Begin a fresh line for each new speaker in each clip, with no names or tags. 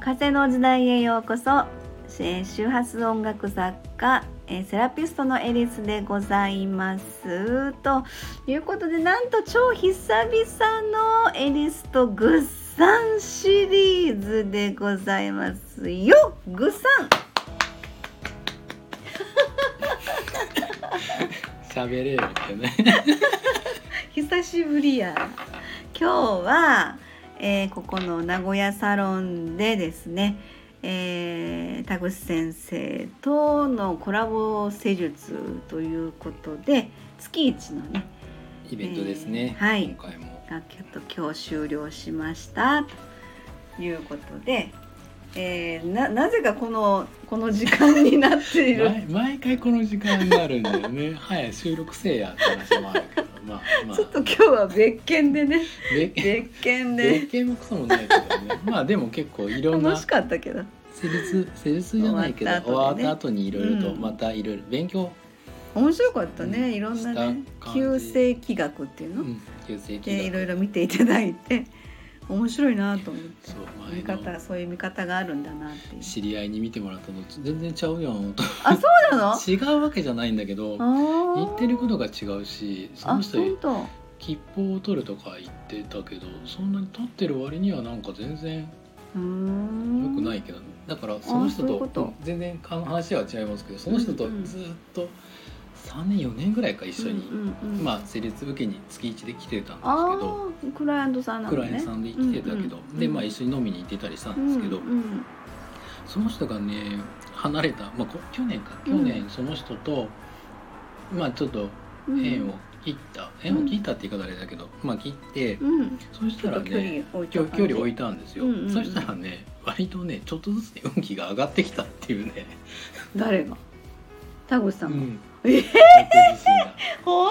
風の時代へようこそ、えー周波数音楽作家、えーセラピストのエリスでございますということでなんと超久々のエリスとグッサンシリーズでございますよグッサン
喋れよってね
久しぶりや今日は、えーここの名古屋サロンでですね、えー、田口先生とのコラボ施術ということで月一のね
イベントですね、
えーはい
今回も
楽器と今日終了しましたということで、えーななぜかこのこの時間になっている
毎毎回この時間になるんだよね 早い収録せえやって話もあるけどまあまあ
ちょっと今日は別件でね
で
別件
で
で
っけもクソもないけど ねまあでも結構いろんな
楽しかったけど
施術施術じゃないけど終
終
わ
わ
っ
った後でね
た後にいろいろと
うん
またいろいろ勉強、
面白かったね、
うん
いろんなね
した感じ
旧世気学っていう
う
の、
ん、急性期
でいろい
が
ろ見ていただいて面白いなと思って
そう
見
前
方
の
そういう見方があるんだなっていう
知り合いに見てもらったのと全然ちゃうやんと
あそうなの
違うわけじゃないんだけど言
あ
ってることが違うしその
あ
人
本当
吉報を取るとか言ってたけどそんなに取ってる割にはなんか全然
うーん
良くないけど、だからその人
そういう
と
こと
全然か話は違いますけどその人と
うんうん
ずっと3年4年ぐらいか一緒に、
うんうんうん、
まあ成立受けに月1で来てたんですけ
あ
ど
ークライアントさんな
ク
の
ライアン
ね
トさんで来てたけど、
うんうん
でまあ一緒に飲みに行ってたりしたんですけど、
うんうん
その人がね離れた、まあ、こ去年か去
うん
年その人と、まあちょっと
うん
縁を切った縁を切ったって言い方あれだけど、まあ切って、
うん、
そし
ち
た
ょっ
ら
と
ね
距離置い
距離距離置い
て
たんですよ、
うんうんうん
そしたらね割とねちょっとずつね運気が上がってきたっていうね、
誰が田口さ
うん
が、
ん、
えー本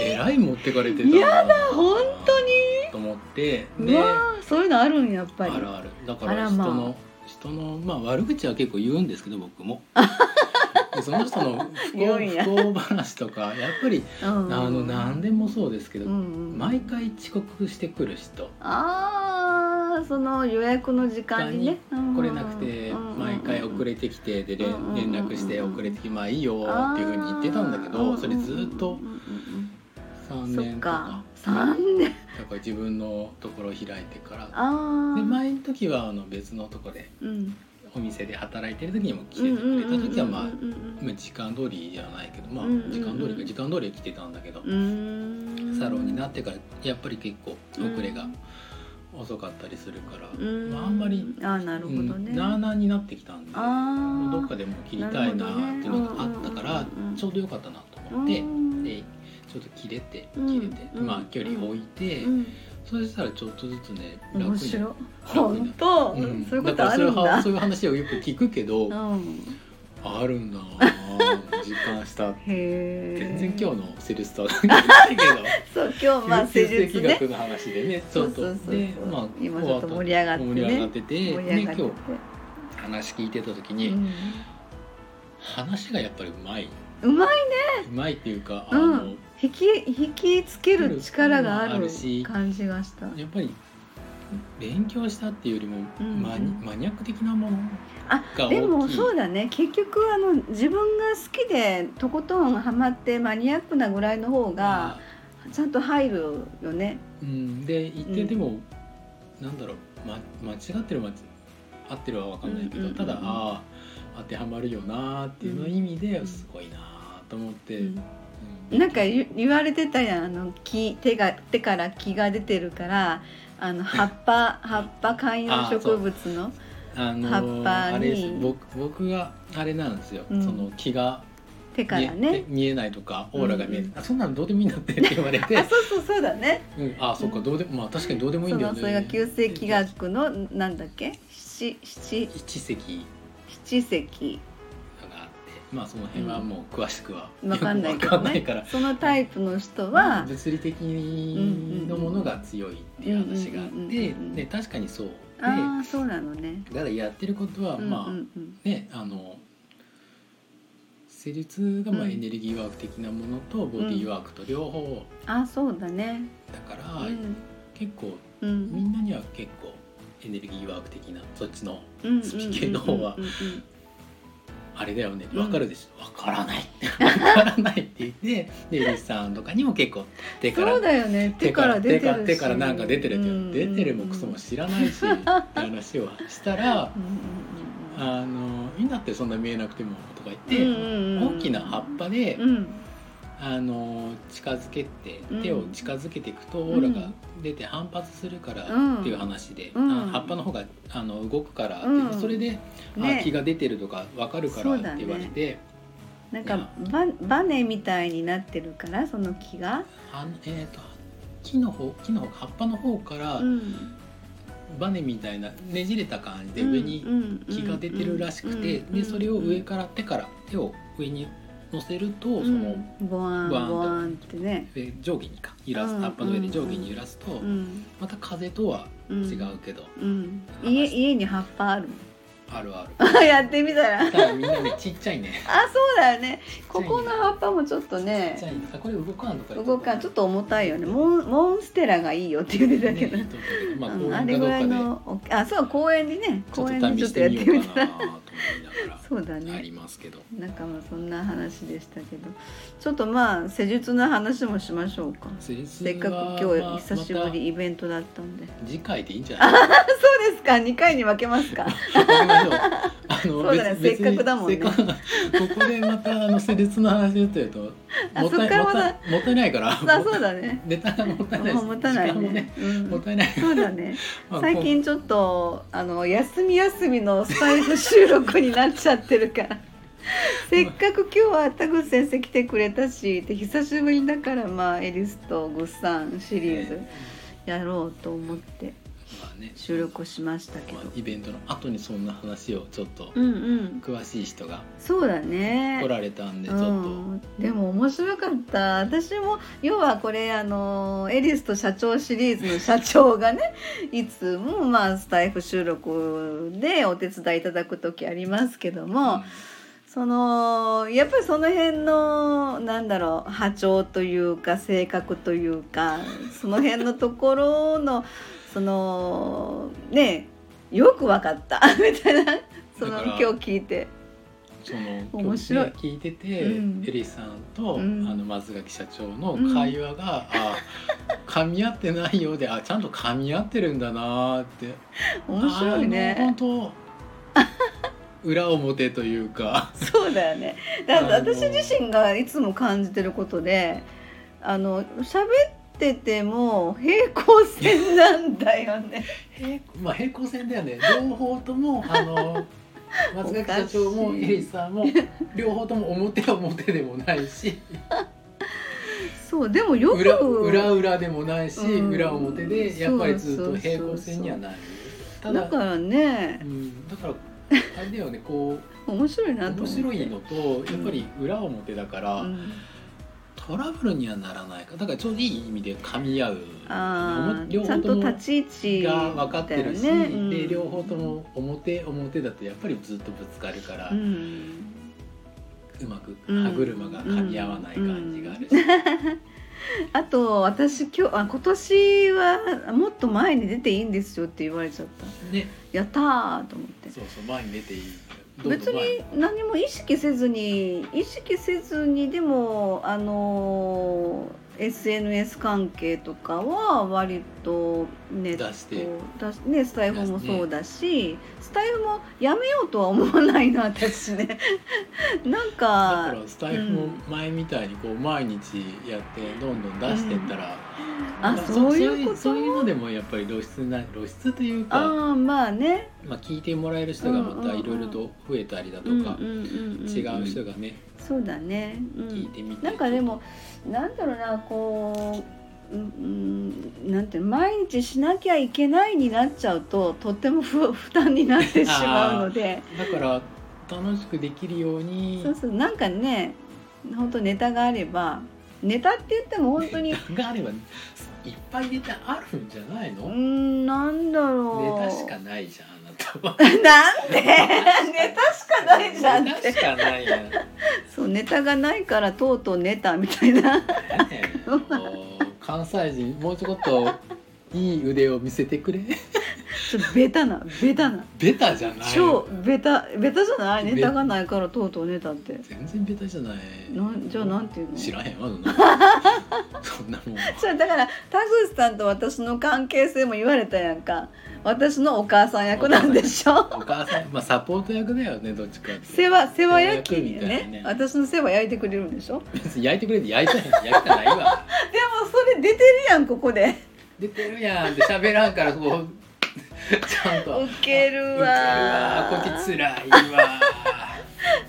えらい持ってかれてた
やだ本当
にと思って
当う
であ
わーそういうのあるんやっぱり
るあるだか
あ
ら
ら
人
まあ
の、人のまあ悪口は結構言うんですけど 僕もでその人の不
言う
幸
んや
不幸話とかやっぱり
うん
あの何でもそうですけど、
うんうん
毎回遅刻してくる人
ああその予約の時間にね
来れなくて毎回遅れてきてで連
うんうん
連絡して遅れてきまあいいよっていうふうに言ってたんだけどそれずっと
3
3年
年
と
か
か
3年
だから自分のところ開いてから
ああ
で前の時はあの別のとこで
うん
お店で働いてる時にも来てくれた時はまあ
うんうんうんうん
まあ時間通りじゃないけどまあ
うんうんうん
時間通りか時間通りは来てたんだけど
うーん
サロンになってからやっぱり結構遅れが遅かったりするから
うーん
まああんまり
あーなるほどね、
うんなあなあになってきたんで
あー
どっかでも切りたいなーっていうのがあった
な
から、
るほどねうんうんうん
ちょうどよかったなと思って、
うん
でちょっと切れて
うん
切れて、
うん
まあ距離置いて、
うん
そしたらちょっとずつね楽に
面白い
楽に
本当、
うん
そういうこ
だ
と
か
あ
らそうい
る
うんは
だ
そういう話をよく聞くけど、
うん
あるんだな ー実感した
へえ
全然今日のセルスとは関係ないけど
そう今 日まあ施
形
術
成
ね
学の話でねち
そ
ょ
う
っ
そ
と
うそう
でまあ
今ちょっと盛り上がってね
終わった盛り上がってて
盛り上がって
で今日話聞いてた時に、
うん
話がやっぱりうまいう
まいう
まいっていうか、
うん
あの
引き引きつける力があ
あ
る
るし
感じがした
やっぱり勉強したっていうよりも
うん
マニ,、マニアック的なもの
あ
が大きい
でもそうだね結局あの自分が好きでとことんハマってマニアックなぐらいの方が、ちゃんと入るよね
うん、で言って
うん
でも、なんだろう、ま、間違ってる間違合ってるは分かんないけ
う
ど、
んうんうん
ただああ当てはまるよなーっていうの意味で、
うん
すごいなーと思って、
うん
う
なんか言言われてたやんあの木手が手から木が出てるからあの葉っぱ葉っぱ観葉植物の
あの
葉
ー
っぱに
あれです僕僕があれなんですよ、
うん
その気が
手か
見え,
ら
で、
ね
見えないとかオーラが見えない、
うん
あそんなのどうでもいいんだってって言わ れて
あそうそうそうだね
うん、あそっかどうでもまあ確かにどうでもいい
そ
んだよ
の
ね。
それが旧世紀学のなんだっけ七七
一席
七石
があって、まあその辺はもう詳しくは
わかんないけ
よくわ
ど
かんないか
ね
ら。
そのタイプの人は
物理的のものが強いっていう話があっ
うんうんうん
て
うん
で確かにそう
ああそうなのね
でただやってることは
うん
ま
う
あ
んうん
ねあの施術がまあ
うん
エネルギーワーク的なものとボディーワークと両方
あそうだね
だから
うん
結構
う
み
ん
んなには結構エネルギーワーク的なそっちの
うん
スピ系の方は
うんうんうんうん
あれだよね
うん
わかるでしょわからないわ からないって言ってでエリスさんとかにも結構手か
そう
ら
だよね手から出てるし
手からなんか出てるって、
うん
出てるもクソも知らないしって話をしたら
うんうん
あのみんなってそんな見えなくてもとか言
うん
っ
う
て、
んうんうん
大きな葉っぱで、
うん
あの近づけて
うん
手を近づけていくとオーラが出て反発するから
うん
っていう話で、
うん
あ葉っぱの方があの動くからって、
うん
それで、
ね
あ気が出てるとか分かるか
そう
らって
だね
言われて、
なんかババネみたいになってるからその木が、
あのえー、と木の方木の方葉っぱの方から
うん
バネみたいなねじれた感じで
うん
上に
うん
気が出てるらしくて、
うん
でそれを上
うん
から手から手を上に乗せると、その
うんボワン
ボワンと
ボワンってね、
えー上下にか揺らす
うん
葉っぱの上で上下に揺らすと、
うん
また風とは
うん、
違うけど。
うん、家家に葉っぱある
あるある。
やってみたら
ただみんなねちっちゃいね。
あそうだよねここの葉っぱもちょっと
ちっちゃ
ね
いね。これ動かんとか言
動かんちょっ
っ
と重たいよねモンモンステラがいいよって言ってた
と
けど、
まあ
うん
公
あ
園
れぐ
かどう
ら
か
い
で
のおあそう公園でね
ちょ
公園
っと
で
試
ちょっ
し
とや
て
っ
み
て
よう
み
か
た
な
ら
と思いなが
そうだ
らあ
ね
りますけど。
なんかまあそんな話でしたけどちょっとまあ施術の話もしましょうか
せ
せっかく今日久しぶりイベントだったんで、
次回でいいんじゃない？
あそうですか二回に分けますか
わかりましょうあの
そうだね
別に
せっかくだもんね
せっかくここでまたあの施術の話をするとも
あ
ったい
そっから
も
ま
ったたいもったいないから。
あそうだ ね
ネタがもったいない
も
で
う
す。
持たない
時間
ね
もね
うん
もったいない。
そうだね
まあ
最近ちょっとあの休み休みのスタイル収録になっちゃってるから せっかく今日は田口先生来てくれたしで久しぶりだからまあエリスとグッサンシリーズやろうと思って
まあね
収録をしましたけど
まあ、イベントの後にそんな話をちょっと
うんうん
詳しい人が
そうだね
来られたんでちょっと、
うん、でも面白かった私も要はこれあのエリスと社長シリーズの社長がね いつもまあスタイフ収録でお手伝いいただく時ありますけども、そのやっぱりその辺のなんだろう波長というか性格というかその辺のところの そのねよくわかった みたいなその
だか
今
ら
日聞いて。
その
面白い
今日ね聞いてて、
うん
エリさんと、
うん
あの松垣社長の会話が、あ噛み合ってないようであちゃんと噛み合ってるんだなーって
面白いね
あの本当 裏表というか
そうだよね。だから
あの
私自身がいつも感じてることで、あの喋ってても平行線なんだよね。
まあ平行線だよね両方ともあの 松垣社長
お
も
かし
エ
い
リさんも両方とも表は表でもないし
そうでもよく
裏裏裏でもないし、
うん
裏表でやっぱりずっと平行線にはなるただ
だからね
う、ん、だからあれだよねこ
面白いうなと思
面
って。
白いのとやっぱり裏表だから、
うん
トラブルにはならないかだからちょうどいい意味で噛み合う
あ
両
ーちゃ
方
ん
と
と
も
立ち位置
が分かってるし、
だよねうん
で両方とも表表だとやっぱりずっとぶつかるから、
う
うんまく
うん
歯車が噛み合わない感じがあるし、
あと私今日あ今年はもっと前に出ていいんですよって言われちゃった
ね
やったーと思って
そうそう前に出ていいどん
別
どん前
に何も意識せずに意識せずにでもあのー SNS 関係とかは割とネット
出して
だしねスタイフもそうだし、スタイフもやめようとは思わないな私 ねなん
だか
から
スタイフも前みたいにこう毎日やってどんどん出してったら、
あ
ま
そういうこと
そういうのでもやっぱり露出な露出という
あ
か
あまあね
まあ、聞いてもらえる人がまたいろいろと増えたりだとか、違う人
が
がね、
そうだね、うん、
聞いてみて
なんかでもなんだろうなこう、うんうん、なんていうの毎日しなきゃいけないになっちゃうととても不負担になってしまうので
だから楽しくできるように
そうそうなんかね本当ネタがあればネタって言っても本当に
ネタがあればいっぱいネタあるんじゃないう
ー
の、
んなんだろう
ネタしかないじゃんあなたは
なん でネタしか ないじゃん
ネ
っ
タ
て
しかないやん、ね
そうネタがないからとうとうネタみたいな
え、 もう関西人もうちょこっといい腕を見せてくれ
ちょっとベタなベタな
ベタじゃない
超ベタベタじゃないネタがないからとうとうネタって
全然ベタじゃない
なんじゃあなんていうの
知らへんわそんなそんなもん
そうだから田口さんと私の関係性も言われたやんか私のお母さん役なんでしょ
お母さんまあサポート役だよねどっちかって
世話世話焼き
世話焼きみたいな
ね
ね
私の世話焼いてくれるんでしょ
別に焼いてくれて焼いたへん焼いたな いわ
でもそれ出てるやんここで
出てるやんって喋らんからこうちゃんと
ウケるわ
ウケるわこっちつらいわ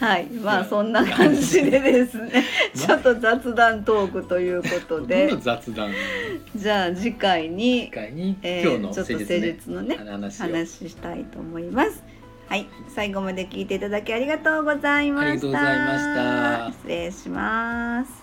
はいまあそんな感じでですねちょっと雑談トークということで
どの雑談の
じゃあ次回に
機会に、
えー
今日の
ちょっと
誠
施
実ね
術のね
話を
話ししたいと思いますはい最後まで聞いていただきありがとうございました
ありがとうございました
失礼します